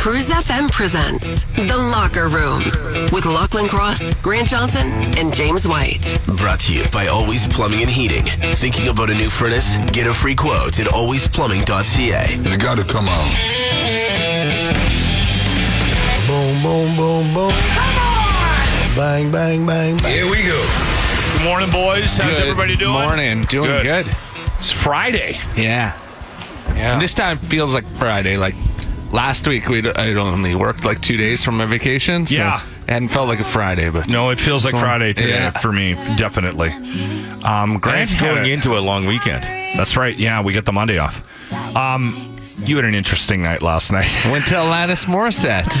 Cruise FM presents The Locker Room with Lachlan Cross, Grant Johnson, and James White. Brought to you by Always Plumbing and Heating. Thinking about a new furnace? Get a free quote at alwaysplumbing.ca. You gotta come on. Boom, boom, boom, boom. Bang, bang, bang, bang. Here we go. Good morning, boys. How's Good everybody doing? Morning, doing Good. good. It's Friday. Yeah, Yeah. And this time feels like Friday. Like last week, we I'd only worked like two days from my vacation. So Yeah. it hadn't felt like a Friday, but no, it feels like So- Friday today Yeah. for me, definitely. Um, Grant's had a- into a long weekend. That's right. Yeah, we get the Monday off. Um, you had an interesting night last night. went to Alanis Morissette.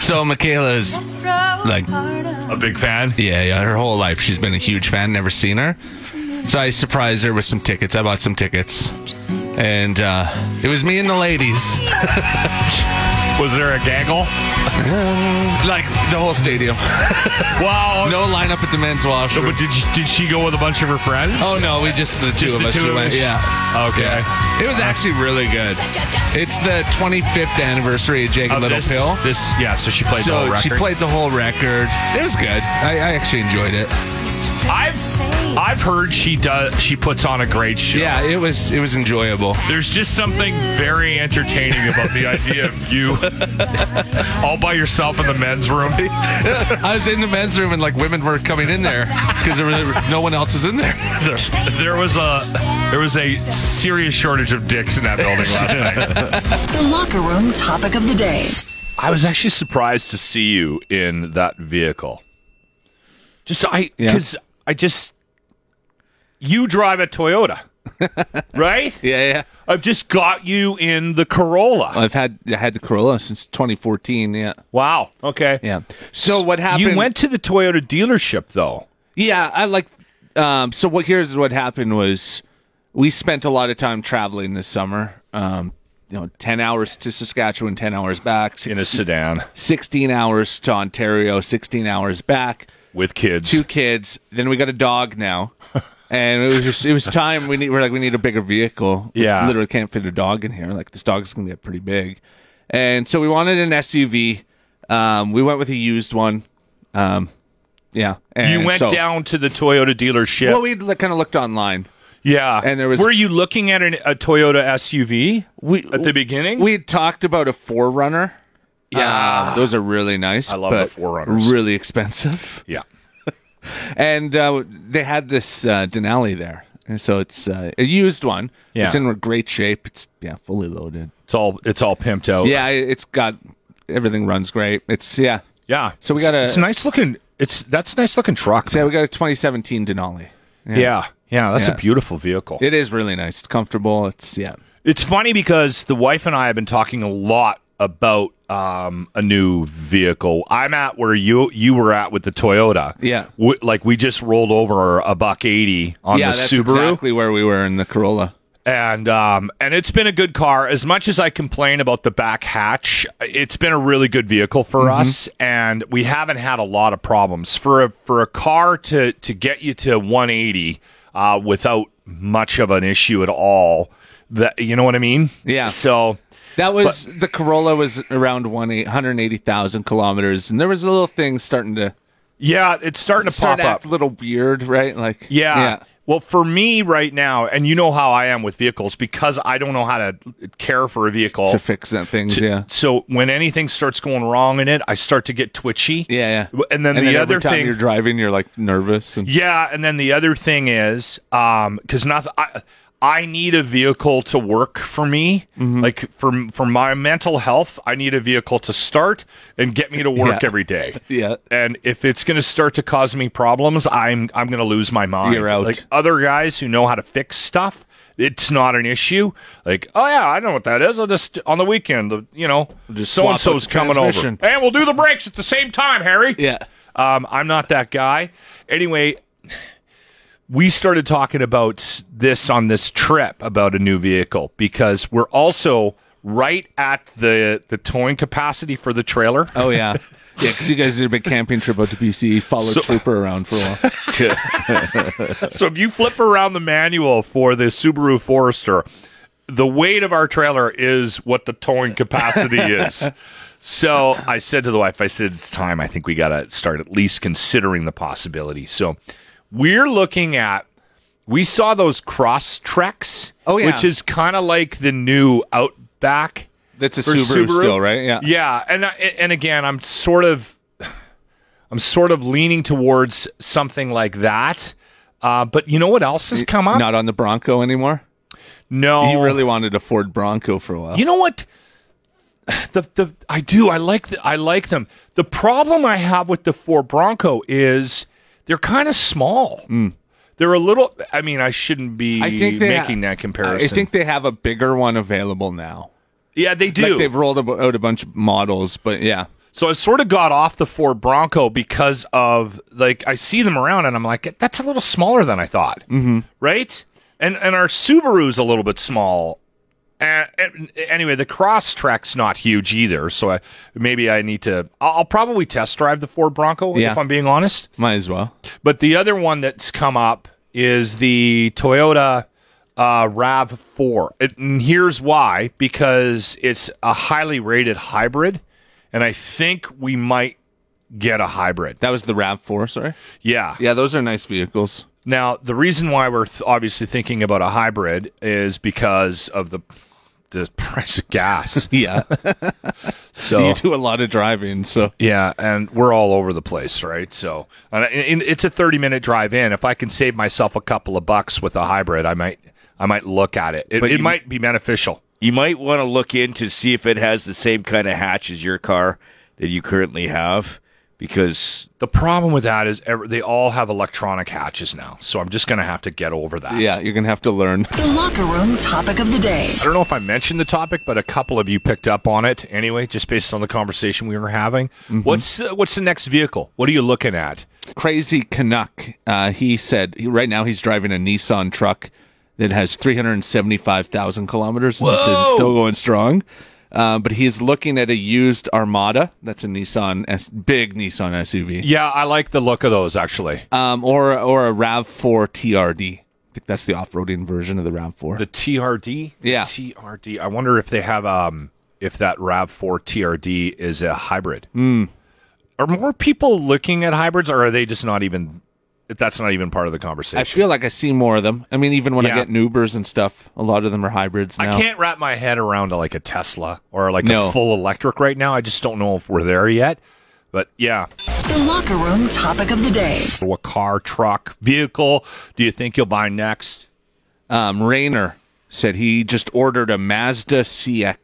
so Michaela's like a big fan. Yeah, yeah. Her whole life, she's been a huge fan. Never seen her, so I surprised her with some tickets. I bought some tickets, and uh, it was me and the ladies, Was there a gaggle? like the whole stadium. Wow. No lineup at the men's No, washroom. But did she- did she go with a bunch of her friends? Oh no, we just the Just two of the us. two who of went, us? Yeah. Okay. Yeah. It was actually really good. It's the 25th anniversary of Jake and Of Little this, Pill. This yeah. So she played the whole So she record. played the whole record. It was good. I, I actually enjoyed it. I've I've heard she does. She puts on a great show. Yeah, it was it was enjoyable. There's just something very entertaining about the idea of you all by yourself in the men's room. I was in the men's room and like women were coming in there because there was no one else was in there. There was a there was a serious shortage of dicks in that building last night. The Locker Room topic of the day. I was actually surprised to see you in that vehicle. Just I Yeah. because I just you drive a Toyota, right? Yeah, yeah. I've just got you in the Corolla. I've had I had the Corolla since 2014. Yeah, Wow. Okay. yeah. So what happened? You went to the Toyota dealership though. Yeah, I like. Um, so what? Here's what happened was we spent a lot of time traveling this summer. Um, you know, ten hours to Saskatchewan, ten hours back, in a six- sedan sixteen hours to Ontario, sixteen hours back. with kids. Two kids. Then we got a dog now, and it was just it was time. We need we're like we need a bigger vehicle. We Yeah. literally can't fit a dog in here. Like this dog's gonna get pretty big, and so we wanted an SUV. Um, we went with a used one. Um, yeah, you and went so- down to the Toyota dealership. well, we kind of looked online. yeah, and there was- Were you looking at an, a Toyota SUV We at the beginning? we had talked about a Forerunner. Yeah, those are really nice. I love the but Forerunners. Really expensive, yeah. and uh, they had this uh, Denali there, and so it's uh, a used one. Yeah. it's in great shape. It's yeah, fully loaded. It's all it's all pimped out. Yeah, it- it's got everything runs great. It's yeah, Yeah. So we got It's- a- It's a nice looking. It's that's a nice looking truck. so yeah, we got a 2017 Denali. yeah. yeah. that's Yeah. a beautiful vehicle. It is really nice. It's comfortable. It's yeah, it's funny because the wife and I have been talking a lot about um, a new vehicle. I'm at where you you were at with the Toyota. Yeah. W- like we just rolled over a buck eighty on yeah. the that's Subaru, exactly where we were in the Corolla. and um, and it's been a good car. As much as I complain about the back hatch, it's been a really good vehicle for us, and we haven't had a lot of problems for a for a car to to get you to 180 uh, without much of an issue at all. That you know what I mean? Yeah. So That was the Corolla was around one eight hundred eighty thousand kilometers, and there was a little thing starting to yeah, it's starting to start to pop up. act a little weird, right? Like Yeah. Well, for me right now, and you know how I am with vehicles because I don't know how to care for a vehicle. to fix that things. to- yeah, So when anything starts going wrong in it, I start to get twitchy. yeah, yeah. W- And then the other every time thing, you're driving, you're like nervous and yeah, and then the other thing is, um, because nothing, I, I need a vehicle to work for me. Mm-hmm. Like for for my mental health, I need a vehicle to start and get me to work Yeah. every day. Yeah. And if it's going to start to cause me problems, I'm I'm going to lose my mind. You're out. Like other guys who know how to fix stuff. it's not an issue. Like, oh yeah, I know what that is. I'll just on the weekend, you know, just so and so's swap out the coming over, transmission. and we'll do the brakes at the same time, Harry. Yeah. Um, I'm not that guy. Anyway, we started talking about this on this trip about a new vehicle because we're also right at the the towing capacity for the trailer. Oh yeah, yeah. Because you guys did a big camping trip out to BC, followed So- Trooper around for a while. so if you flip around the manual for the Subaru Forester, the weight of our trailer is what the towing capacity is. So I said to the wife, I said, it's time. I think we got to start at least considering the possibility. So we're looking at, we saw those cross treks, Oh, yeah. which is kind of like the new Outback. That's a For Subaru, Subaru? still, right? Yeah. Yeah, and I, and again, I'm sort of, I'm sort of leaning towards something like that. Uh, but you know what else has come up? Not on the Bronco anymore. no, You really wanted a Ford Bronco for a while. Oh. You know what? The the I do. I like the, I like them. The problem I have with the Ford Bronco is they're kind of small. They're a little. I mean, I shouldn't be Mm. I think they making that comparison. I think they have a bigger one available now. yeah, they do. Like they've rolled ab- out a bunch of models, but yeah. So I sort of got off the Ford Bronco because of like I see them around and I'm like, that's a little smaller than I thought, mm-hmm. right? And and our Subaru's a little bit small. Uh, and- anyway, the Crosstrek's not huge either, so I, maybe I need to. I'll, I'll probably test drive the Ford Bronco Yeah. if I'm being honest. Might as well. But the other one that's come up is the Toyota uh, RAV4. It- and here's why because it's a highly rated hybrid. And I think we might get a hybrid. That was the Rav4, sorry. Yeah. Yeah, those are nice vehicles. Now, the reason why we're th- obviously thinking about a hybrid is because of the the price of gas. Yeah. So You do a lot of driving, so Yeah, and we're all over the place, right? So, and I- and it's a thirty-minute drive in. If I can save myself a couple of bucks with a hybrid, I might, I might look at it. It, But it you- might be beneficial. You might want to look in to see if it has the same kind of hatch as your car that you currently have, because The problem with that is ev- they all have electronic hatches now, so I'm just gonna have to get over that. yeah, you're gonna have to learn. The locker room topic of the day. I don't know if I mentioned the topic, but a couple of you picked up on it anyway, just based on the conversation we were having. What's uh, what's the next vehicle? What are you looking at? Crazy Canuck. Uh, he said he, right now he's driving a Nissan truck that has 375,000 kilometers. And he says it's still going strong. Uh, but he's looking at a used Armada. That's a Nissan, S- big Nissan SUV. Yeah, I like the look of those actually. um, or or a Rav Four TRD. I think that's the off-roading version of the Rav Four. The TRD? Yeah. TRD. I wonder if they have um if that RAV4 TRD is a hybrid. Hmm. Are more people looking at hybrids or are they just not even that's not even part of the conversation? I feel like I see more of them. I mean, even when Yeah. I get in Ubers and stuff, a lot of them are hybrids now. I can't wrap my head around like a Tesla or like a No. full electric right now. I just don't know if we're there yet. But yeah, The locker room topic of the day. what car, truck, vehicle do you think you'll buy next? Um, Rayner said he just ordered a Mazda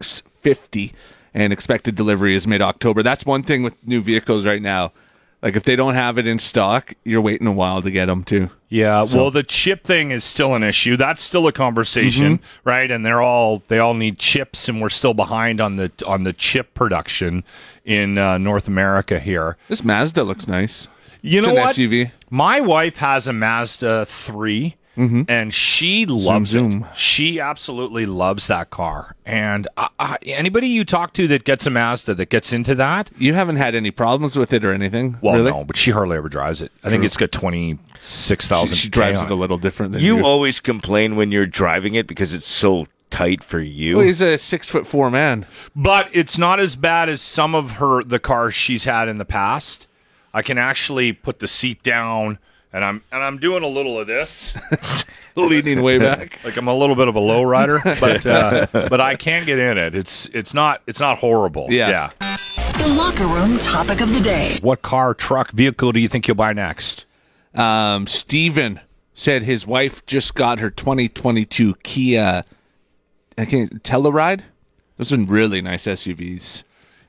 CX-50, and expected delivery is mid-October. That's one thing with new vehicles right now. Like if they don't have it in stock, you're waiting a while to get them too. Yeah, well, the chip thing is still an issue. That's still a conversation, Mm-hmm. right? And they're all they all need chips, and we're still behind on the on the chip production in uh, North America here. This Mazda looks nice. You It's know an what? SUV. My wife has a Mazda 3 and she loves Mm-hmm. zoom. it. She absolutely loves that car. And I, I, anybody you talk to that gets a Mazda that gets into that, You haven't had any problems with it or anything. well, really? no, but she hardly ever drives it. I think it's got twenty six She, thousand. she drives it a little different than you you. always complain when you're driving it because it's so tight for you. Well, he's a six foot four man. but it's not as bad as some of her the cars she's had in the past. I can actually put the seat down, and I'm and I'm doing a little of this, leaning way back. like I'm a little bit of a low rider, but uh, but I can get in it. It's it's not it's not horrible. Yeah. The locker room topic of the day. What car, truck, vehicle do you think you'll buy next? Um, Steven said his wife just got her 2022 Kia. I can't Telluride. Those are really nice SUVs,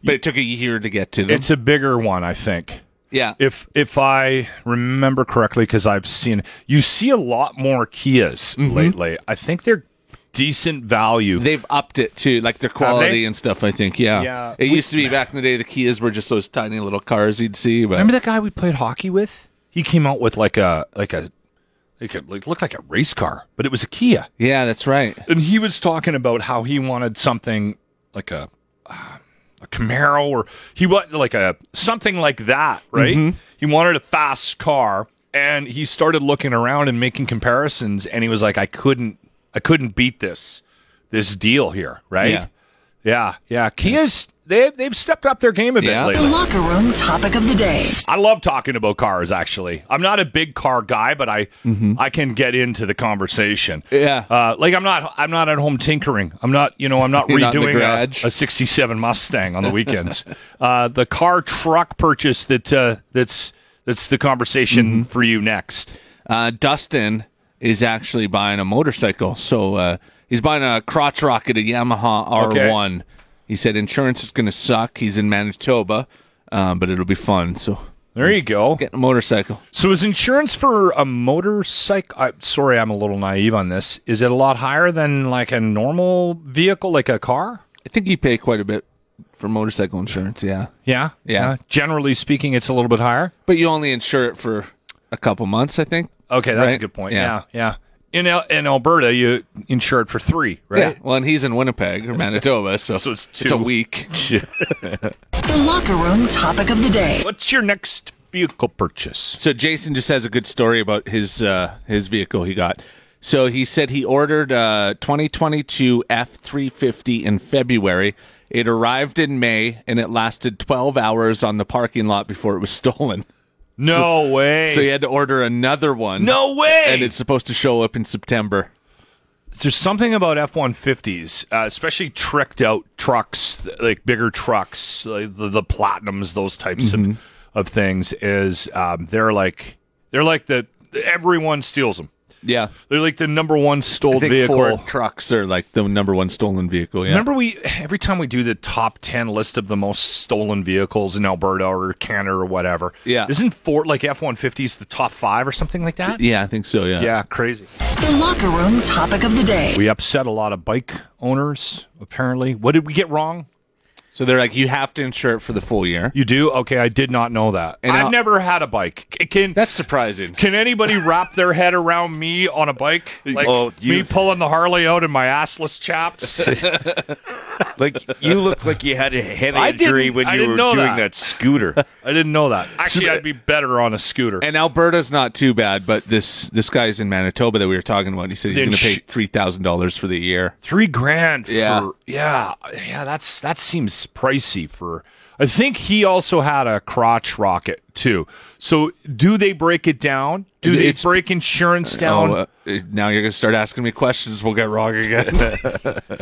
but it took a year to get to them. It's a bigger one, I think. yeah, If if I Mm-hmm. remember correctly, because I've seen you see a lot more Kias lately. I think they're decent value. They've upped it too, like their quality and stuff. I think, yeah. Yeah. It used to be back in the day, the Kias were just those tiny little cars you'd see, but Remember that guy we played hockey with? He came out with like a like a like a like, looked like a race car, but it was a Kia. yeah, that's right. And he was talking about how he wanted something like a a Camaro or he wanted like a something like that, right? Mm-hmm. He wanted a fast car and he started looking around and making comparisons and he was like I couldn't I couldn't beat this this deal here, right? Yeah. Yeah. Yeah, Kia's they they've stepped up their game a bit Yeah. lately. The locker room topic of the day. I love talking about cars. Actually, I'm not a big car guy, but I I can get into the conversation. Mm-hmm. Yeah. uh, like I'm not I'm not at home tinkering. I'm not you know I'm not You're not in the redoing garage. a, a '67 Mustang on the weekends. uh, the car truck purchase that uh, that's that's the conversation Mm-hmm. for you next. Uh, Dustin is actually buying a motorcycle, so uh, he's buying a crotch rocket, a Yamaha Okay. R1. He said insurance is going to suck. He's in Manitoba, um, but it'll be fun. So There you he's- go. he's getting a motorcycle. So is insurance for a motorcycle? I, sorry, I'm a little naive on this. Is it a lot higher than like a normal vehicle, like a car? I think you pay quite a bit for motorcycle insurance. Yeah, Yeah, Uh, Yeah. generally speaking, it's a little bit higher. but you only insure it for a couple months, I think. Okay, that's Right? a good point. Yeah. Yeah, yeah. In Al- in Alberta, you insure it for three, right? Yeah. Well, and he's in Winnipeg or Manitoba, so, So it's a two. week. The locker room topic of the day. What's your next vehicle purchase? So Jason just has a good story about his uh, his vehicle he got. So he said he ordered uh, a 2022 F350 in February. It arrived in May and it lasted 12 hours on the parking lot before it was stolen. No way. So he had to order another one. no way. And it's supposed to show up in September. there's something about F-150s, uh, especially tricked out trucks, th- like bigger trucks, like the, the platinums, those types of of things. Is um, they're like they're like the everyone steals them. Yeah. They're like the number one I stolen think vehicle. Ford trucks are like the number one stolen vehicle. Yeah. Remember we every time we do the top ten list of the most stolen vehicles in Alberta or Canada or whatever. Yeah. Isn't Ford like F one fifties the top five or something like that? Yeah, I think so. Yeah. Yeah, crazy. The locker room topic of the day. We upset a lot of bike owners, apparently. What did we get wrong? So they're like, you have to insure it for the full year. You do? Okay, I did not know that. And I've I'll- never had a bike. C- Can That's surprising. can anybody wrap their head around me on a bike? Like Oh, me you- pulling the Harley out in my assless chaps? Like you look like you had a head I injury didn't- when I you didn't were know doing that. that, scooter. I didn't know that. Actually, I'd be better on a scooter. And Alberta's not too bad, but this this guy's in Manitoba that we were talking about. He said he's Then going to pay sh- three thousand dollars for the year. three grand Yeah. for yeah yeah that's that seems pricey for i think he also had a crotch rocket too so do they break it down do they It's- break insurance down Oh, uh, now you're going to start asking me questions. We'll get wrong again.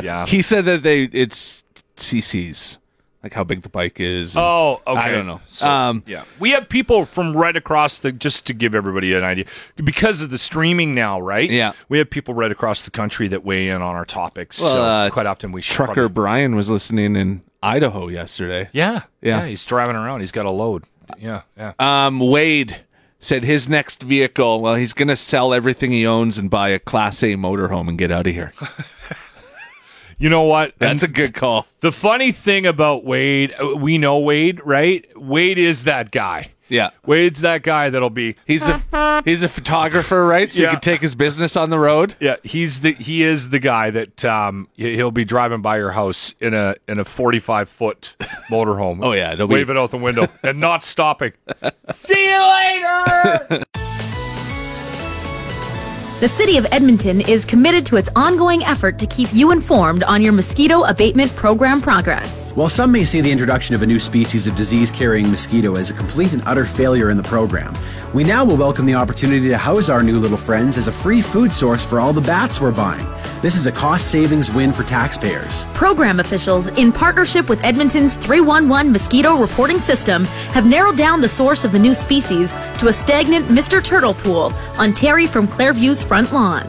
yeah he said that they it's CCs, like how big the bike is. and- oh okay I don't know. So, um, yeah we have people from right across the just to give everybody an idea because of the streaming now right Yeah. we have people right across the country that weigh in on our topics so Well, uh, quite often we should trucker probably- Brian was listening in Idaho yesterday. yeah, Yeah. yeah he's driving around he's got a load yeah yeah Um, Wade said his next vehicle. Well, he's going to sell everything he owns and buy a Class A motorhome and get out of here. you know what That's a good call. The funny thing about Wade, uh, we know Wade, right? Wade is that guy. Yeah. Wade's that guy that'll be. He's a he's a photographer, right? So Yeah. he can take his business on the road. Yeah, he's the he is the guy that um he- he'll be driving by your house in a in a forty five foot motorhome. Oh, yeah, they'll be- waving out the window and not stopping. See you later. The City of Edmonton is committed to its ongoing effort to keep you informed on your mosquito abatement program progress. While some may see the introduction of a new species of disease carrying mosquito as a complete and utter failure in the program, we now will welcome the opportunity to house our new little friends as a free food source for all the bats we're buying. This is a cost savings win for taxpayers. Program officials, in partnership with Edmonton's 311 mosquito reporting system, have narrowed down the source of the new species to a stagnant Mr. Turtle pool on Terry from Clairview's front lawn.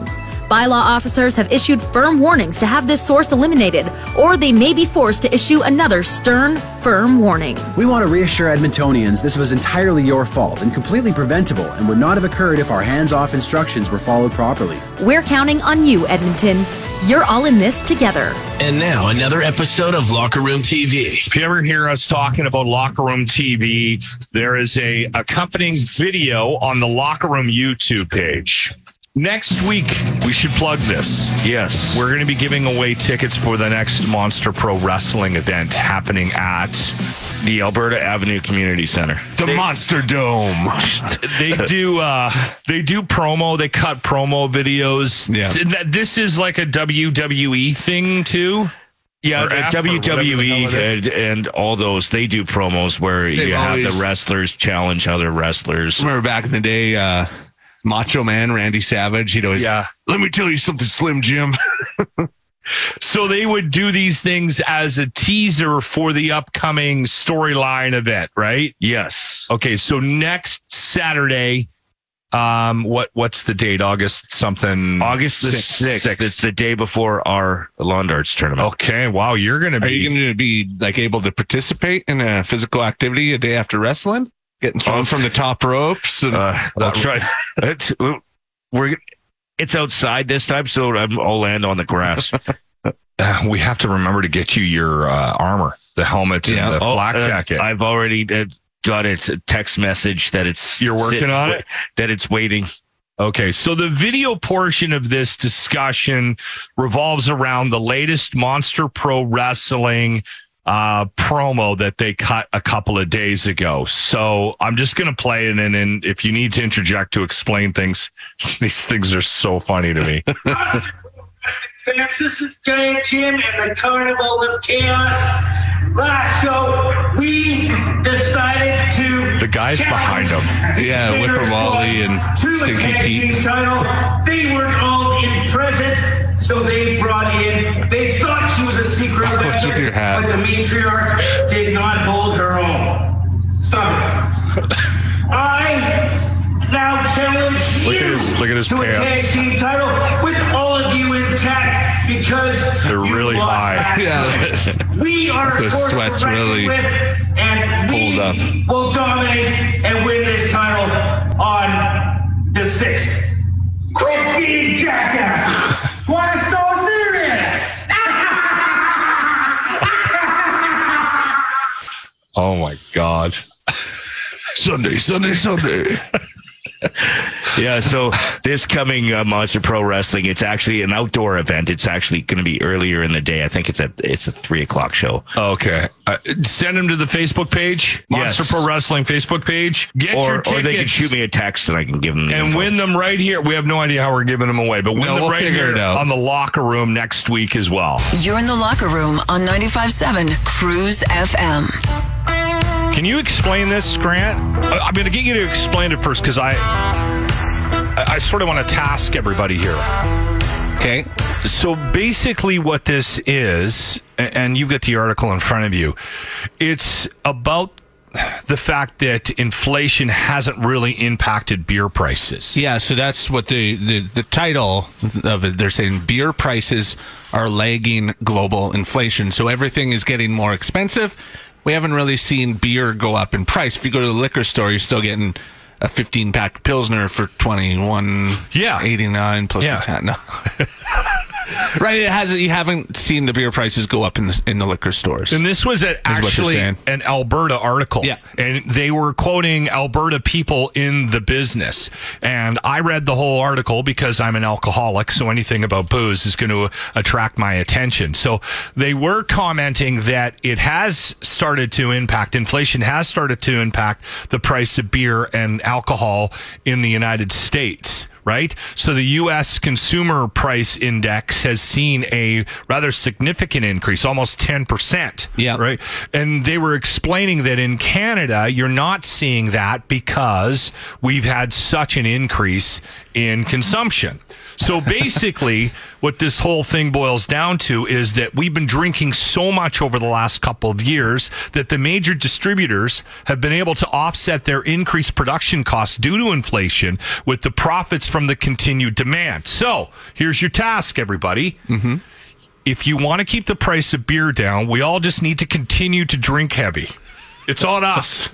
Bylaw officers have issued firm warnings to have this source eliminated, or they may be forced to issue another stern, firm warning. We want to reassure Edmontonians this was entirely your fault and completely preventable and would not have occurred if our hands off instructions were followed properly. We're counting on you, Edmonton. You're all in this together. And now another episode of Locker Room TV. If you ever hear us talking about Locker Room TV, there is a accompanying video on the Locker Room YouTube page. Next week, we should plug this. Yes. We're going to be giving away tickets for the next Monster Pro Wrestling event happening at the Alberta Avenue Community Center. the Monster Dome. they do uh they do promo, they cut promo videos. Yeah. Th- that- This is like a WWE thing too. Yeah, Or uh, F or whatever the hell WWE it and, is. and all those they do promos where They've you have always- the wrestlers challenge other wrestlers. Remember back in the day, uh, Macho Man Randy Savage. He'd always, Yeah. Let me tell you something, Slim Jim. So they would do these things as a teaser for the upcoming storyline event, right? Yes. Okay, so next Saturday, um, what what's the date? August something. August the Six- sixth. sixth. It's the day before our lawn darts tournament. Okay, wow, you're gonna be. Are you going to be like able to participate in a physical activity a day after wrestling? Getting thrown Oh. from the top ropes and Uh, I'll try. it's, we're it's outside this time, so I'm, I'll land on the grass. Uh, we have to remember to get you your uh, armor, the helmet, Yeah. and the Oh, flak uh, jacket. I've already uh, got it a text message that it's You're working sit- on it? that it's waiting. Okay, so the video portion of this discussion revolves around the latest Monster Pro Wrestling uh, promo that they cut a couple of days ago. So I'm just going to play it, and then if you need to interject to explain things, these things are so funny to me. fans. This is Giant Jim and the Carnival of Chaos. Last show, we decided to. The guys behind challenge him. Yeah, Skinner's Whipper Wally Club and to the Stinky tag Pete. team title. They weren't all in presence, so they brought in. They thought she was a secret What's with weapon, your hat? but the matriarch did not hold her own. Stop it. I now challenge Look at you his- look at his to pants. a tag team title with all of you intact because They're you really lost high. last Yeah. time. we are Those forced to sweats reckon really with, and we pulled up. will dominate and win this title on the sixth. Quit being jackass. Why so serious? Oh my god! Sunday, Sunday, Sunday. Yeah, so this coming uh, Monster Pro Wrestling, it's actually an outdoor event. It's actually going to be earlier in the day. I think it's at it's a three o'clock show. Okay, uh, send him to the Facebook page, Monster Yes. Pro Wrestling Facebook page. Get your Or, tickets. or they can shoot me a text and I can give them the and info. win them right here. We have no idea how we're giving them away, but win No, them we'll right figure here it out. on the locker room next week as well. You're in the locker room on 95.7 Cruise FM. Can you explain this, Grant? I, I'm going to get you to explain it first because I, I, I sort of want to task everybody here. Okay. So basically, what this is, a- and you've got the article in front of you, it's about the fact that inflation hasn't really impacted beer prices. Yeah, so that's what the, the, the title of it. They're saying beer prices are lagging global inflation. So everything is getting more expensive. We haven't really seen beer go up in price. If you go to the liquor store, you're still getting a 15 pack Pilsner for 21 Yeah. 89 plus Yeah. the 10. No. right, it hasn't you haven't seen the beer prices go up in the in the liquor stores. And this was a, they're actually saying. an Alberta article. Yeah. And they were quoting Alberta people in the business. And I read the whole article because I'm an alcoholic, so anything about booze is going to attract my attention. So they were commenting that it has started to impact, inflation has started to impact the price of beer and alcohol in the United States right? So the U.S. consumer price index has seen a rather significant increase, almost 10%. Yeah. Right. And they were explaining that in Canada, you're not seeing that because we've had such an increase in consumption. So basically, what this whole thing boils down to is that we've been drinking so much over the last couple of years that the major distributors have been able to offset their increased production costs due to inflation with the profits from the continued demand. So here's your task, everybody. If you want to keep the price of beer down, we all just need to continue to drink heavy. It's on us.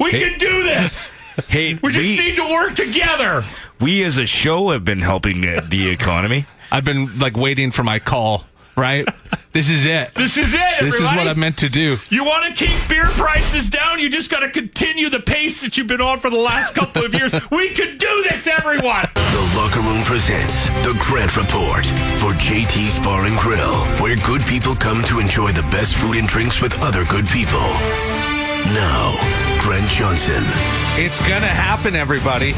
we can do this. Hey, We just we, need to work together. we as a show have been helping the- the economy. I've been like waiting for my call. Right. This is it. This is it, This is what everybody. I meant to do. You want to keep beer prices down? You just got to continue the pace that you've been on for the last couple of years. We could do this, everyone. The Locker Room presents The Grant Report for JT's Bar and Grill, where good people come to enjoy the best food and drinks with other good people. Now, Grant Johnson. It's going to happen, everybody.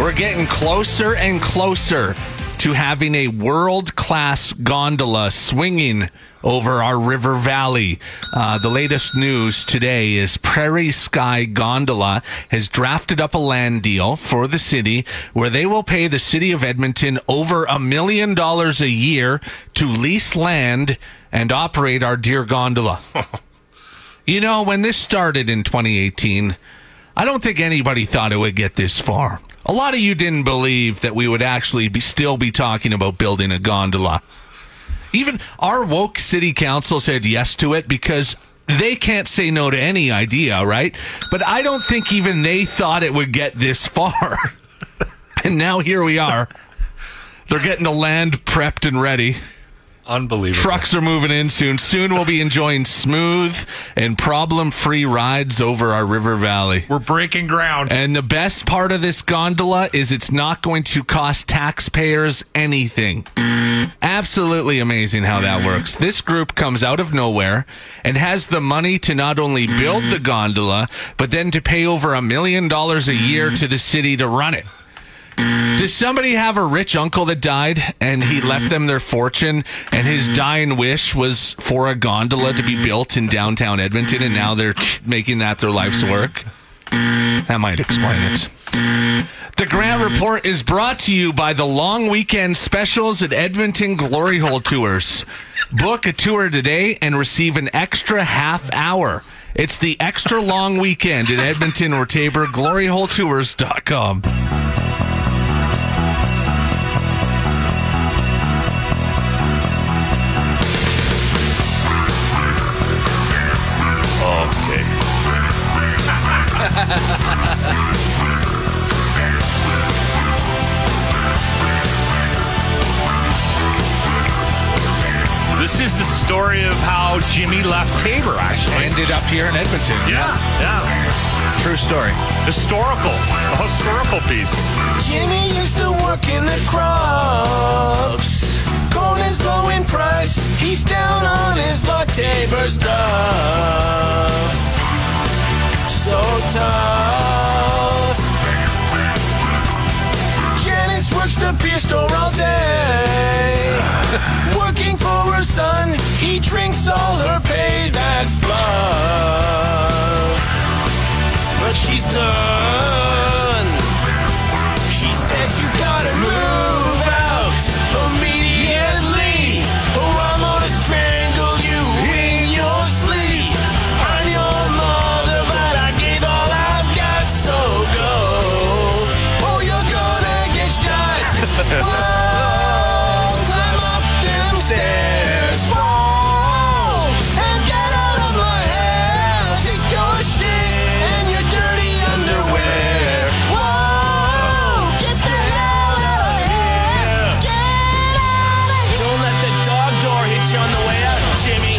We're getting closer and closer to having a world class gondola swinging over our river valley. Uh, the latest news today is Prairie Sky Gondola has drafted up a land deal for the city where they will pay the city of Edmonton over a million dollars a year to lease land and operate our dear gondola. You know, when this started in 2018, I don't think anybody thought it would get this far. A lot of you didn't believe that we would actually be still be talking about building a gondola. Even our woke city council said yes to it because they can't say no to any idea, right? But I don't think even they thought it would get this far. and now here we are. They're getting the land prepped and ready. Unbelievable. Trucks are moving in soon. Soon we'll be enjoying smooth and problem free rides over our river valley. We're breaking ground. And the best part of this gondola is it's not going to cost taxpayers anything. Absolutely amazing how that works. This group comes out of nowhere and has the money to not only build the gondola, but then to pay over a million dollars a year to the city to run it. Does somebody have a rich uncle that died and he left them their fortune and his dying wish was for a gondola to be built in downtown Edmonton and now they're making that their life's work? That might explain it. The Grant Report is brought to you by the long weekend specials at Edmonton Glory Hole Tours. Book a tour today and receive an extra half hour. It's the extra long weekend at Edmonton or Tabor, gloryholetours.com. Okay. This is the story of how Jimmy left Tabor, actually. Ended up here in Edmonton. Yeah, yeah. True story. Historical. A historical piece. Jimmy used to work in the crops. Corn is low in price. He's down on his luck. Tabor stuff. So tough. Janice works the beer store all day. Working for her son. He drinks all her pay. That's love. But she's done. She says you gotta move out immediately, or I'm gonna strangle you in your sleep. I'm your mother, but I gave all I've got, so go, or you're gonna get shot. Whoa, climb up them stairs, fall, and get out of my hair. Take your shit and your dirty underwear. Whoa, Oh, get the hell out of here. Get out of here. Don't let the dog door hit you on the way out, Jimmy.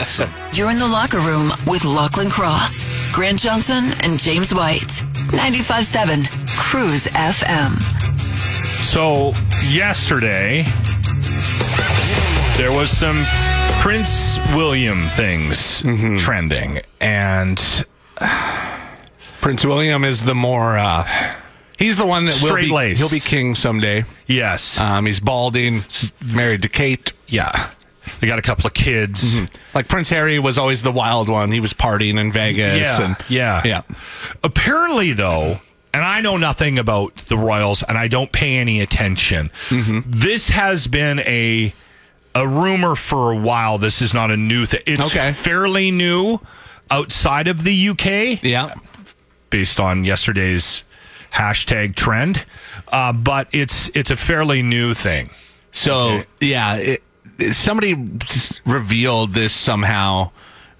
Awesome. You're in the locker room with Lachlan Cross, Grant Johnson, and James White. 95.7 Cruise FM. So yesterday there was some Prince William things trending, and Prince William is the more. Uh, he's the one that will be. Straight-laced. He'll be king someday. yes, Um, he's balding, s- married to Kate. yeah, they got a couple of kids. Like Prince Harry was always the wild one. He was partying in Vegas. Yeah, and, yeah. yeah. Apparently, though, and I know nothing about the Royals, and I don't pay any attention. Mm-hmm. This has been a a rumor for a while. This is not a new thing. It's Okay. fairly new outside of the UK. Yeah. based on yesterday's hashtag trend, uh, but it's it's a fairly new thing. So yeah, it, it- somebody just revealed this somehow.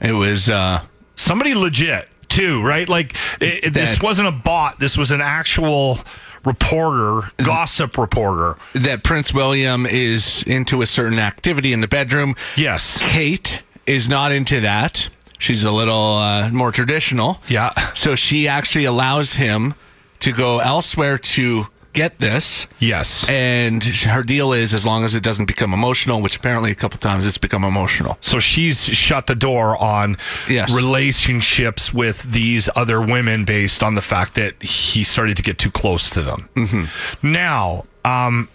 It was uh, Somebody legit too, right? Like it, it- this That- wasn't a bot. This was an actual reporter, gossip reporter. that Prince William is into a certain activity in the bedroom. Yes. Kate is not into that. She's a little uh, more traditional. Yeah. So she actually allows him to go elsewhere to get this. Yes. And her deal is as long as it doesn't become emotional, which apparently a couple times it's become emotional. So she's shut the door on Yes. relationships with these other women based on the fact that he started to get too close to them. Mm-hmm. Now, um,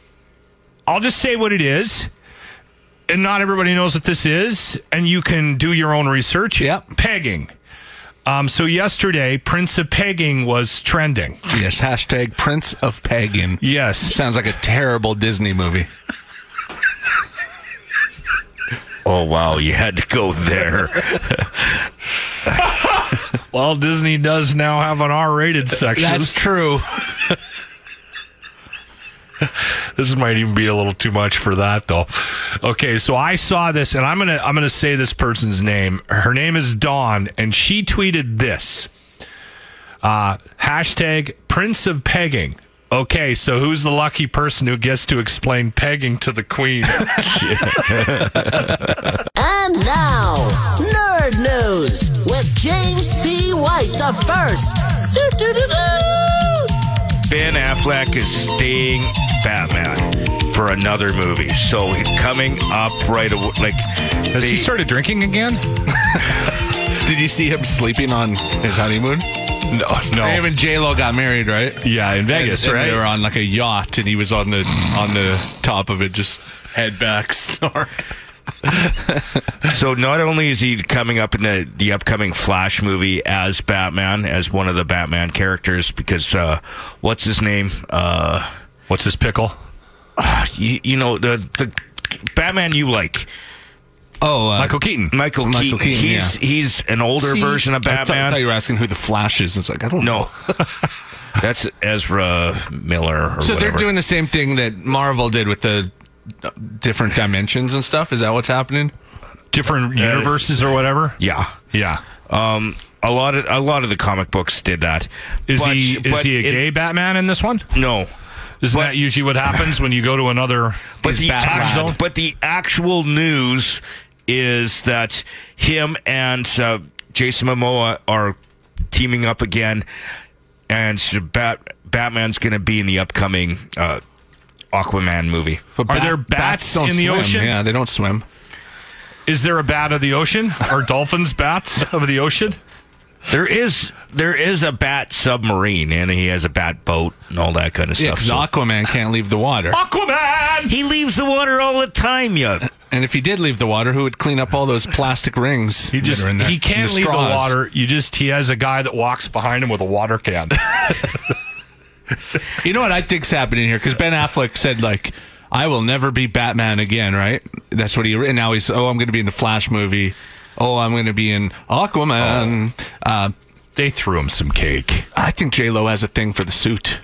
I'll just say what it is. And not everybody knows what this is, and you can do your own research. Yep. Pegging. Um, so yesterday, Prince of Pegging was trending. Yes. Hashtag Prince of Pagan. Yes. Sounds like a terrible Disney movie. Oh wow, you had to go there. Well, Disney does now have an R-rated section. That's true. this might even be a little too much for that though okay so i saw this and i'm gonna i'm gonna say this person's name her name is dawn and she tweeted this uh, hashtag prince of pegging okay so who's the lucky person who gets to explain pegging to the queen And now, Nerd News with James B. White, the first. Doo-doo-doo-doo. Ben Affleck is staying Batman for another movie. So coming up right away, like has they- he started drinking again Did you see him sleeping on his honeymoon? no no Him and J Lo got married, right? yeah in vegas And- and right They were on like a yacht, and he was on the on the top of it, just head back snoring. So not only is he coming up in the, the upcoming Flash movie as Batman, as one of the Batman characters, because uh, what's his name? Uh, what's his pickle you, you know the the Batman you like, Oh, uh, michael keaton Michael, Michael Keaton. Keaton, He's he's an older see, version I of thought- I Batman. thought you were asking who the Flash is. It's like I don't know. no, that's Ezra Miller. Or So whatever. they're doing the same thing that Marvel did with the uh, different dimensions and stuff. Is that what's happening? different universes or whatever yeah. yeah Um, a lot of a lot of the comic books did that. is But- he is but he a it- gay batman in this one No. isn't that usually what happens when you go to another But the, tax actual, zone? but the actual news is that him and uh, Jason Momoa are teaming up again, and so Bat- Batman's going to be in the upcoming uh, Aquaman movie. But Are there bats don't in the swim. ocean? Yeah, they don't swim. Is there a bat of the ocean? Are dolphins bats of the ocean? There is there is a bat submarine, and he has a bat boat and all that kind of Yeah, stuff. 'cause so- Aquaman can't leave the water. Aquaman! he leaves the water all the time, you. And if he did leave the water, who would clean up all those plastic rings? He that just are in there? he And can't leave the straws? water. You just he has a guy that walks behind him with a water can. You know what I think's happening here? Because Ben Affleck said like, "I will never be Batman again," right? That's what he. And now he's, "Oh, I'm going to be in the Flash movie. Oh, I'm going to be in Aquaman." Uh, they threw him some cake. I think J Lo has a thing for the suit.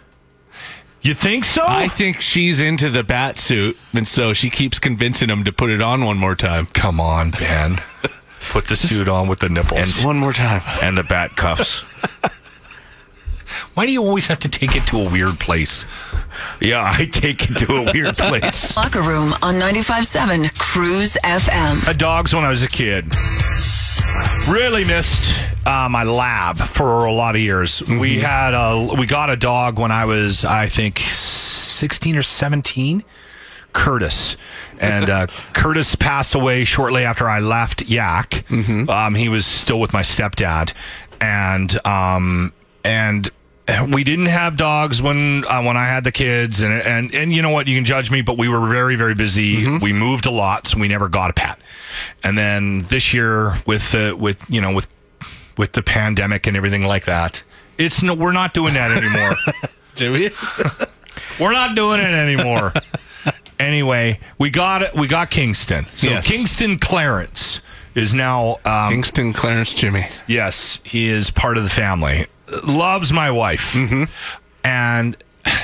You think so? I think she's into the bat suit, and so she keeps convincing him to put it on one more time. Come on, Ben. Put the suit on with the nipples. One more time. And the bat cuffs. why do you always have to take it to a weird place? yeah, I take it to a weird place. Locker Room on 95.7 Cruise FM. had dogs when I was a kid. Really missed uh, my lab for a lot of years. Mm-hmm. We had a we got a dog when I was I think sixteen or seventeen. Curtis. And uh, Curtis passed away shortly after I left Yak. Um, he was still with my stepdad, and um, and we didn't have dogs when uh, when I had the kids, and and and you know what, you can judge me, but we were very very busy. We moved a lot, so we never got a pet. And then this year with uh, with you know with with the pandemic and everything like that, it's no, we're not doing that anymore. Do we? We're not doing it anymore. anyway, we got it. We got Kingston. So Yes. Kingston Clarence is now. Um, Kingston Clarence Jimmy. yes, he is part of the family. Loves my wife. And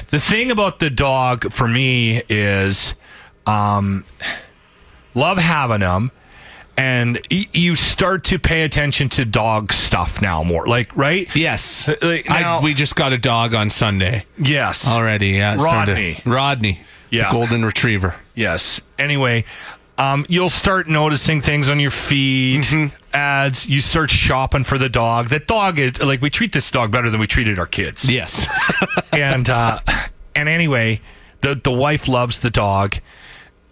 the thing about the dog for me is, um, love having him. and y- you start to pay attention to dog stuff now more. Like, right? Yes. Like, now, I, we just got a dog on Sunday. yes. Already, yeah. it's starting to- Rodney. Rodney. the Yeah. golden retriever. Yes. Anyway, um, you'll start noticing things on your feed, ads. You start shopping for the dog. That dog is like we treat this dog better than we treated our kids. Yes. and uh, and anyway, the the wife loves the dog.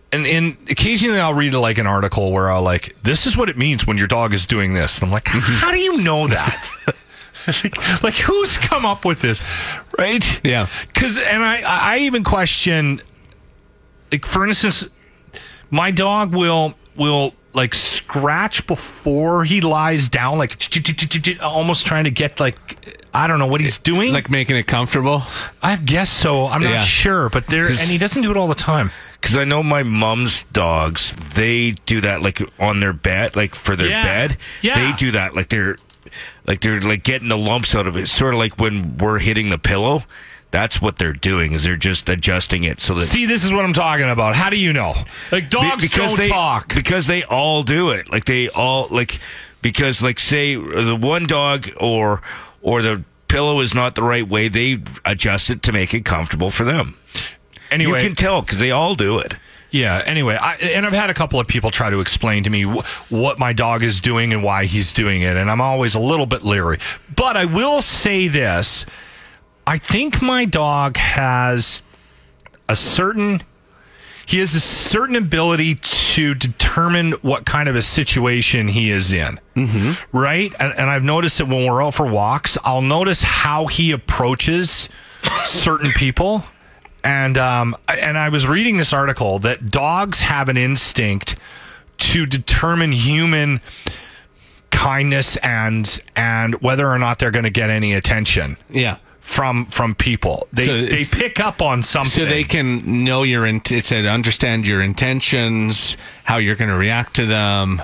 And, and occasionally I'll read like an article where I'll like, this is what it means when your dog is doing this. And I'm like, Mm-hmm. how do you know that? like, like, who's come up with this? Right? Yeah. Cause and I I I even question like for instance my dog will will like scratch before he lies down like almost trying to get like I don't know what he's doing. like making it comfortable. I guess so. I'm Yeah. not sure, but there and he doesn't do it all the time. Because I know my mom's dogs, they do that like on their bed, like for their Yeah. bed. Yeah. They do that like they're like they're like getting the lumps out of it. Sort of like when we're hitting the pillow. That's what they're doing is they're just adjusting it so that See, this is what I'm talking about. How do you know? Like Be- dogs don't they, talk. Because they all do it. Like they all like because like say the one dog or or the pillow is not the right way, they adjust it to make it comfortable for them. anyway, You can tell because they all do it. yeah. Anyway, I, and I've had a couple of people try to explain to me wh- what my dog is doing and why he's doing it, and I'm always a little bit leery. But I will say this: I think my dog has a certain he has a certain ability to determine what kind of a situation he is in. Mm-hmm. Right? And, and I've noticed that when we're out for walks, I'll notice how he approaches certain people. And um, I- and I was reading this article that dogs have an instinct to determine human kindness and and whether or not they're going to get any attention Yeah. from from people. They So they it's- pick up on something. So they can know your int- it said understand your intentions, how you're going to react to them.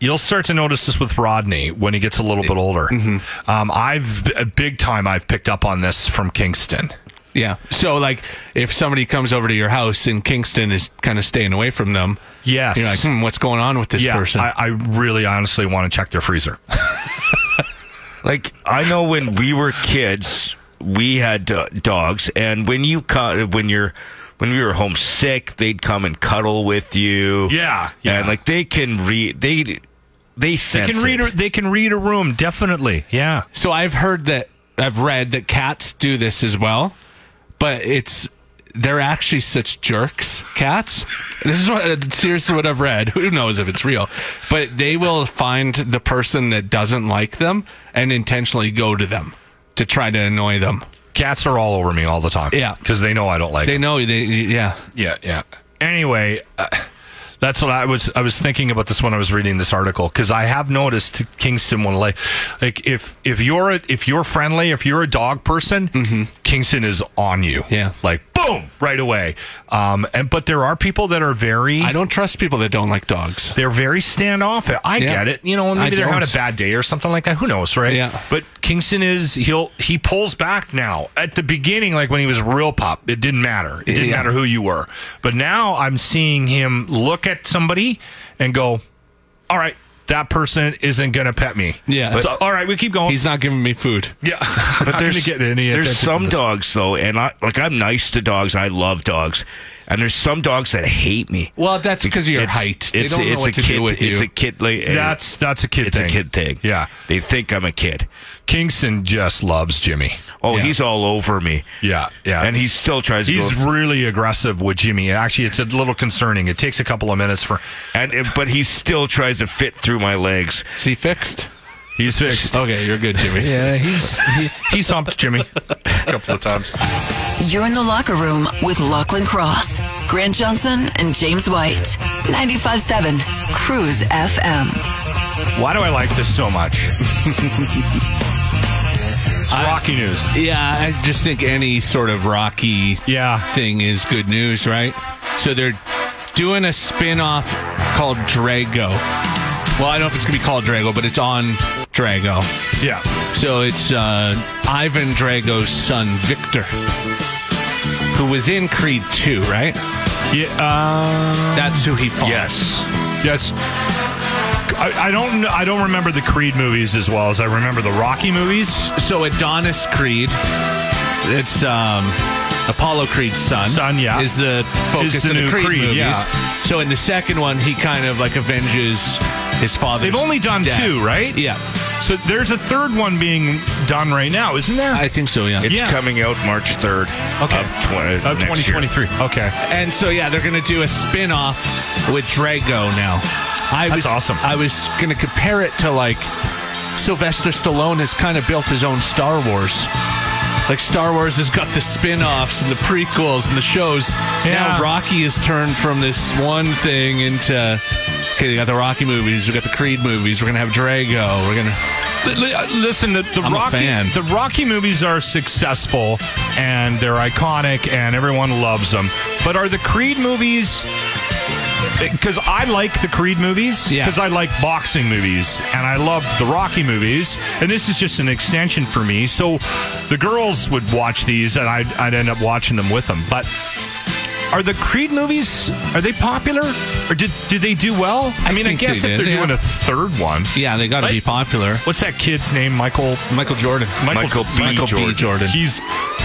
You'll start to notice this with Rodney when he gets a little bit Mm-hmm. older. Um, I've a big time. I've picked up on this from Kingston. Yeah. So like if somebody comes over to your house and Kingston is kind of staying away from them, Yes. you're like, "Hmm, what's going on with this yeah, person?" I, I really honestly want to check their freezer. Like I know when we were kids, we had uh, dogs, and when you co- when you're when we were homesick, they'd come and cuddle with you. Yeah, yeah. and like they can read they they they sense can read. A, it. they can read a room definitely. Yeah. so I've heard that I've read that cats do this as well, but it's they're actually such jerks, cats. This is what seriously what I've read. Who knows if it's real? But they will find the person that doesn't like them and intentionally go to them to try to annoy them. Cats are all over me all the time. Yeah. because they know I don't like. They know they yeah. Yeah, yeah. Anyway, uh, that's what I was I was thinking about this when I was reading this article because I have noticed Kingston will like like if if you're a, if you're friendly if you're a dog person Kingston is on you Mm-hmm. Yeah. like boom right away um and but there are people that are very I don't trust people that don't like dogs. they're very standoff. I Yeah. get it. You know, I maybe they're having don't. a bad day or something like that. Who knows, right? Yeah. But Kingston is he'll he pulls back now. At the beginning, like when he was real pop, it didn't matter. It didn't Yeah. matter who you were. But now I'm seeing him look at somebody and go, "All right, that person isn't gonna pet me." Yeah. so, all right, we keep going. He's not giving me food. yeah. But there's get any there's attention some from this. dogs though, and I like I'm nice to dogs. I love dogs, and there's some dogs that hate me. Well, that's because of your It's- height. They It's don't know it's what a to kid. do with you. It's a kid. Like, uh, That's that's a kid it's thing. a kid thing. Yeah. they think I'm a kid. Kingston just loves Jimmy. Oh, Yeah. he's all over me. Yeah, yeah. and he still tries to He's go really aggressive with Jimmy. Actually, it's a little concerning. It takes a couple of minutes for and and- but he still tries to fit through my legs. Is he fixed? he's fixed. Okay, you're good, Jimmy. Yeah, he's he, he stomped Jimmy a couple of times. You're in the locker room with Lachlan Cross, Grant Johnson, and James White. 95.7 Cruise FM. Why do I like this so much? it's Rocky news. Yeah, I just think any sort of rocky Yeah, thing is good news, right? So they're doing a spin-off called Drago. Well, I don't know if it's going to be called Drago, but it's on Drago. yeah. So it's uh, Ivan Drago's son, Victor, who was in Creed 2, right? Yeah, uh, That's who he fought. Yes, yes. I, I don't. kn- I don't remember the Creed movies as well as I remember the Rocky movies. So Adonis Creed, it's um, Apollo Creed's son. Son, yeah. is the focus Is the of the new Creed, Creed, movies. yeah. So in the second one, he kind of like avenges his father. They've only done death. two, right? Yeah. So there's a third one being done right now, isn't there? I think so. Yeah. It's yeah. coming out March 3rd Okay. of, twen- Of next year. 2023. Okay. And so yeah, they're gonna do a spin off with Drago now. I That's was, awesome. I was gonna compare it to like Sylvester Stallone has kind of built his own Star Wars. Like Star Wars has got the spin-offs and the prequels and the shows. Yeah. Now Rocky has turned from this one thing into okay, we got the Rocky movies, we got the Creed movies, we're gonna have Drago, we're gonna Li- li- uh, Listen, the, the I'm a Rocky fan. the Rocky movies are successful and they're iconic and everyone loves them. But are the Creed movies? Because I like the Creed movies Yeah. because I like boxing movies and I love the Rocky movies and this is just an extension for me. So the girls would watch these and I'd, I'd end up watching them with them. But are the Creed movies are they popular or did did they do well? I, mean, I think they guess did, if they're yeah. doing a third one, Yeah, they gotta Right? be popular. What's that kid's name? Michael Michael Jordan. Michael, B. Michael B. Jordan. Jordan. He's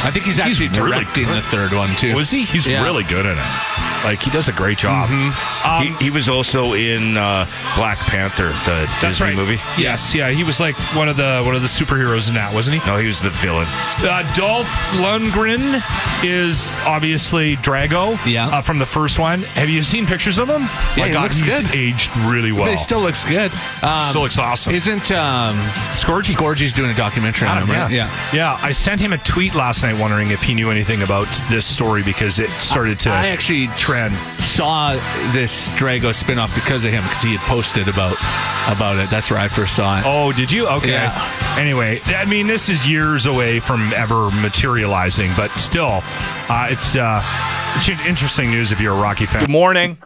I think he's actually really directing good. the third one too. was he? He's Yeah. really good at it. Like he does a great job. Um, He, he was also in uh, Black Panther, the that's Disney right. movie. Yes, yeah, he was like one of the one of the superheroes in that, wasn't he? No, he was the villain. Uh, Dolph Lundgren is obviously Drago. Yeah. uh, from the first one. Have you seen pictures of him? Yeah, My he God, looks he's good. aged really well. But he still looks good. Um, Still looks awesome. Isn't um, Scorgy? Scorgy's doing a documentary on him, right? yeah. yeah, I sent him a tweet last night wondering if he knew anything about this story because it started to. I actually trend. saw this Drago spinoff because of him because he had posted about about it. That's where I first saw it. Oh, did you? Okay. Yeah. Anyway, I mean, this is years away from ever materializing, but still, uh, it's uh, it's interesting news if you're a Rocky fan. Good morning.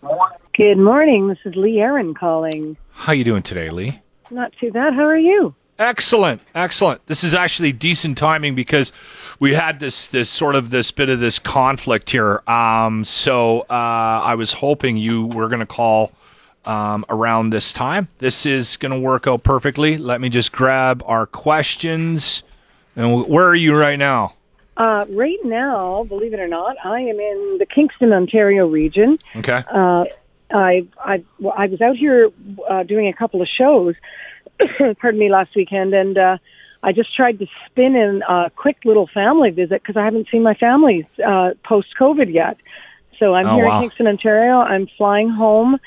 Good morning. This is Lee Aaron calling. How you doing today, Lee? Not too bad. How are you? Excellent, excellent. This is actually decent timing because we had this this sort of this bit of this conflict here. Um, so uh, I was hoping you were going to call um, around this time. This is going to work out perfectly. Let me just grab our questions. And wh- where are you right now? Uh, right now, believe it or not, I am in the Kingston, Ontario region. Okay. Uh, I I well, I was out here uh, doing a couple of shows. pardon me, last weekend, and uh, I just tried to spin in a quick little family visit because I haven't seen my family uh, post COVID yet. So I'm Oh, here wow. in Kingston, Ontario. I'm flying home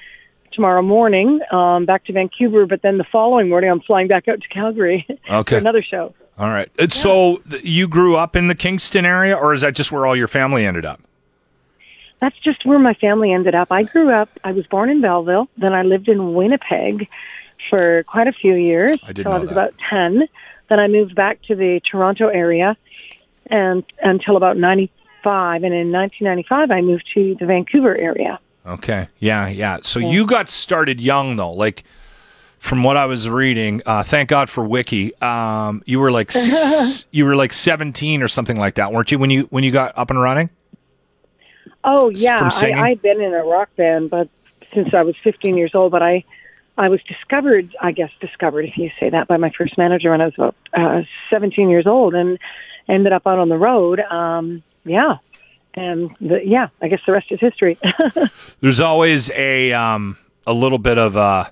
tomorrow morning, um, back to Vancouver, but then the following morning I'm flying back out to Calgary Okay. for another show. All right. And So th- you grew up in the Kingston area, or is that just where all your family ended up? That's just where my family ended up. I grew up, I was born in Belleville, then I lived in Winnipeg for quite a few years. I didn't till I know was that. about 10. Then I moved back to the Toronto area and until about 95. And in 1995, I moved to the Vancouver area. Okay. Yeah, yeah. So you got started young though. Like from what I was reading, uh, thank God for Wiki. Um, you were like s- you were like 17 or something like that, weren't you when you when you got up and running? Oh yeah, From I, singing? I've been in a rock band, but since I was 15 years old. But I, I was discovered, I guess, discovered if you say that, by my first manager when I was about uh, 17 years old, and ended up out on the road. Um, yeah, and the, yeah, I guess the rest is history. There's always a um, a little bit of uh,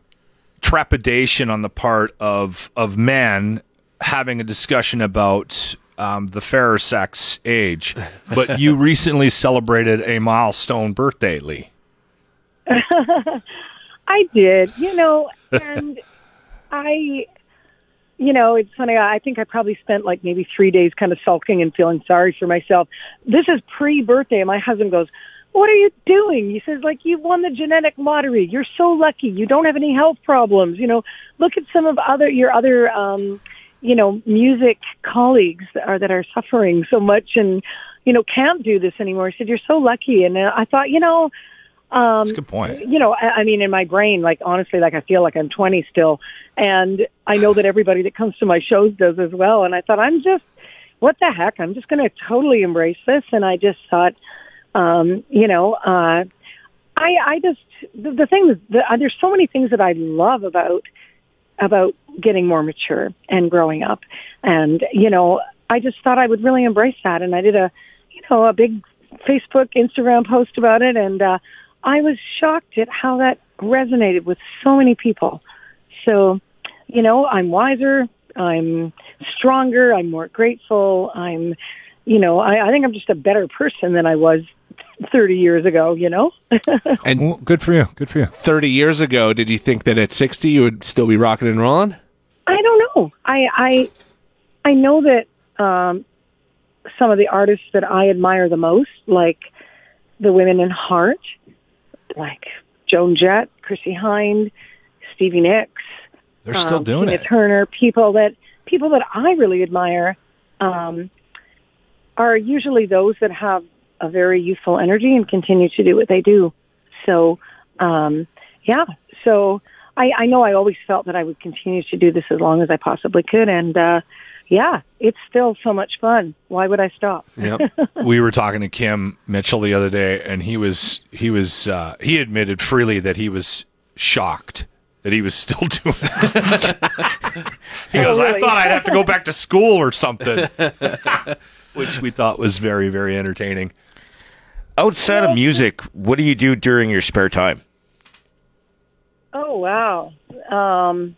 trepidation on the part of of men having a discussion about um, the fairer sex age. But you recently celebrated a milestone birthday, Lee. I did, you know, and I, you know, it's funny. I think I probably spent like maybe three days kind of sulking and feeling sorry for myself. This is pre birthday. and My husband goes, What are you doing? He says, like, you won the genetic lottery. You're so lucky. You don't have any health problems. You know, look at some of other, your other, um, you know, music colleagues that are, that are suffering so much and, you know, can't do this anymore. He said, you're so lucky. And uh, I thought, you know, um, That's a good point. you know, I, I mean, in my brain, like honestly, like I feel like I'm 20 still, and I know that everybody that comes to my shows does as well. And I thought, I'm just, what the heck? I'm just going to totally embrace this. And I just thought, um, you know, uh, I, I just the, the thing is that uh, there's so many things that I love about about getting more mature and growing up, and you know, I just thought I would really embrace that, and I did a you know a big Facebook, Instagram post about it, and uh, I was shocked at how that resonated with so many people. So, you know, I'm wiser, I'm stronger, I'm more grateful, I'm, you know, I, I think I'm just a better person than I was 30 years ago, you know? And good for you. Good for you. 30 years ago, did you think that at 60 you would still be rocking and rolling? I don't know. I, I, I know that, um, some of the artists that I admire the most, like the women in heart, like Joan Jett, Chrissy Hind, Stevie Nicks. They're still doing Tina it. Turner, people that people that I really admire um, are usually those that have a very youthful energy and continue to do what they do. So, um, yeah. So I, I know I always felt that I would continue to do this as long as I possibly could, and uh, yeah, it's still so much fun. Why would I stop? we were talking to Kim Mitchell the other day, and he was he was uh, he admitted freely that he was shocked that he was still doing it. he goes, I thought I'd have to go back to school or something, which we thought was very very entertaining. Outside of music, what do you do during your spare time? Oh wow. Um,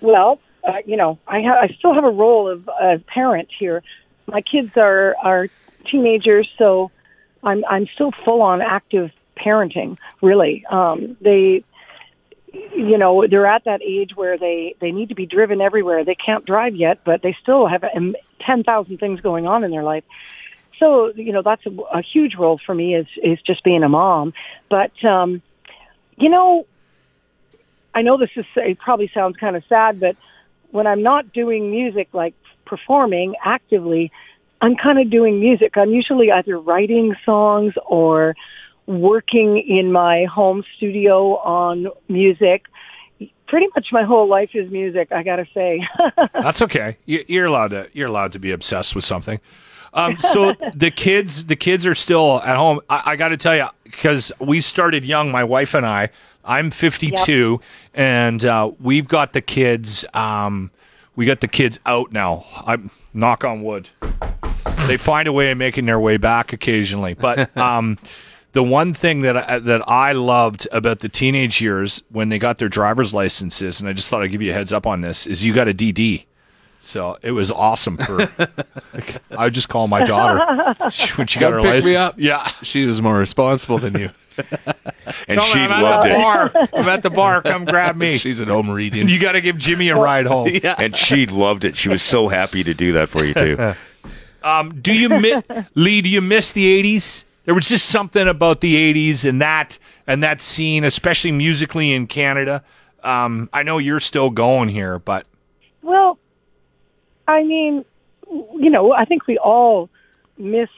well, uh, you know, I ha- I still have a role of uh, parent here. My kids are are teenagers, so I'm I'm still full on active parenting. Really, um, they you know they're at that age where they they need to be driven everywhere. They can't drive yet, but they still have um, ten thousand things going on in their life. So you know that's a, a huge role for me is is just being a mom. But um, you know, I know this is it probably sounds kind of sad, but when I'm not doing music, like performing actively, I'm kind of doing music. I'm usually either writing songs or working in my home studio on music. Pretty much my whole life is music, I gotta say. That's okay. You- You're allowed to. You're allowed to be obsessed with something. Um, so the kids, the kids are still at home. I, I got to tell you, because we started young, my wife and I. I'm 52, and uh, we've got the kids. Um, we got the kids out now. I'm knock on wood. They find a way of making their way back occasionally, but um, the one thing that I, that I loved about the teenage years when they got their driver's licenses, and I just thought I'd give you a heads up on this, is you got a DD. So it was awesome for. I would just call my daughter when she got her Come pick license. me up. Yeah, she was more responsible than you, And she loved it. I'm at the bar. Come grab me. She's at home reading. You got to give Jimmy a ride home. And she loved it. She was so happy to do that for you too. Um, do you mi- Lee? Do you miss the '80s? There was just something about the '80s and that and that scene, especially musically in Canada. Um, I know you're still going here, but Well, I mean, you know, I think we all miss.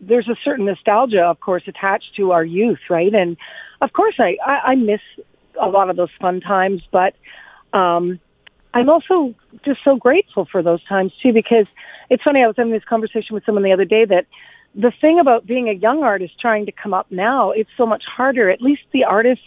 There's a certain nostalgia, of course, attached to our youth, right? And of course, I I, I miss a lot of those fun times, but um, I'm also just so grateful for those times too. Because it's funny, I was having this conversation with someone the other day that the thing about being a young artist trying to come up now, it's so much harder. At least the artists,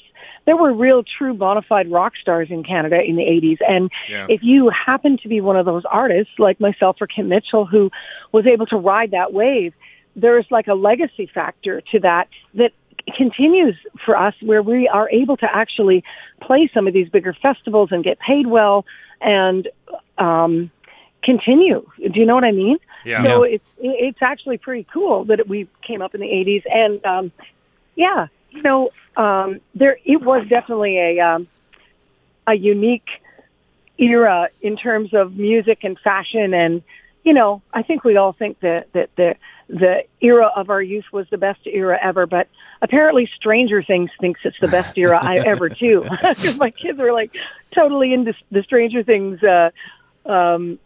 there were real, true, bona fide rock stars in Canada in the 80s. And Yeah. if you happen to be one of those artists, like myself or Kim Mitchell, who was able to ride that wave, there's like a legacy factor to that that continues for us where we are able to actually play some of these bigger festivals and get paid well and um, continue. Do you know what I mean? Yeah. So Yeah. it's it's actually pretty cool that we came up in the '80s, and um, yeah, you know, um, there it was definitely a um, a unique era in terms of music and fashion, and you know, I think we all think that that the the era of our youth was the best era ever, but apparently Stranger Things thinks it's the best era I ever too, because my kids are like totally into the Stranger Things. Uh, um,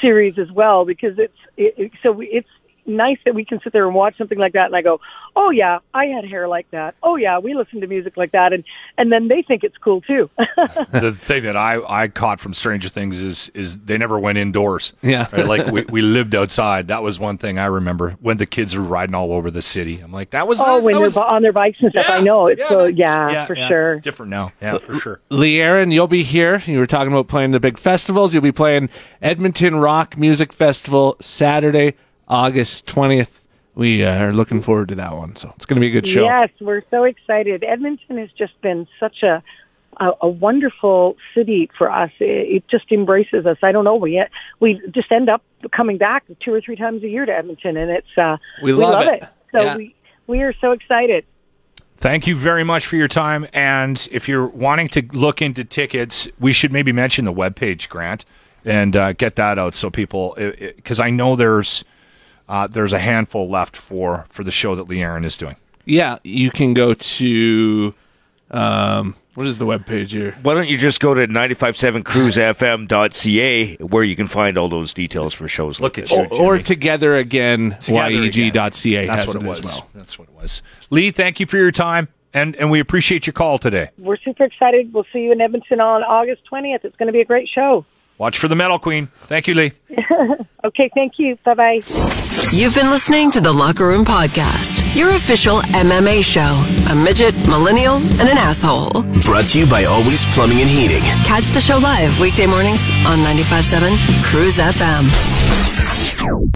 series as well because it's it, it, so we, it's nice that we can sit there and watch something like that. And I go, oh yeah, I had hair like that. Oh yeah, we listen to music like that. And and then they think it's cool too. the thing that I, I caught from Stranger Things is is they never went indoors. Yeah. Right? Like we, we lived outside. That was one thing I remember when the kids were riding all over the city. I'm like, that was oh us. when that they're was bu- on their bikes and stuff. I know it's so yeah, for yeah. sure. different now. Yeah, for sure. Lee Aaron, you'll be here. You were talking about playing the big festivals. You'll be playing Edmonton Rock Music Festival Saturday, August 20th. We uh, are looking forward to that one. So it's going to be a good show. Yes, we're so excited. Edmonton has just been such a a, a wonderful city for us. It, it just embraces us. I don't know. We we just end up coming back two or three times a year to Edmonton, and it's uh, We love it. So Yeah. we we are so excited. Thank you very much for your time. And if you're wanting to look into tickets, we should maybe mention the webpage, Grant, and uh, get that out so people, because I know there's uh, there's a handful left for for the show that Lee Aaron is doing. Yeah, you can go to um, what is the webpage here? Why don't you just go to 957cruisefm.ca where you can find all those details for shows? Look at Or, or together again, E Together Again. yeg.ca. That's what has it was. As well. That's what it was. Lee, thank you for your time, and and we appreciate your call today. We're super excited. We'll see you in Edmonton on August twentieth. It's going to be a great show. Watch for the Metal Queen. Thank you, Lee. okay, thank you. Bye bye. You've been listening to the Locker Room Podcast, your official MMA show. A midget, millennial, and an asshole. Brought to you by Always Plumbing and Heating. Catch the show live weekday mornings on 95.7 Cruise FM.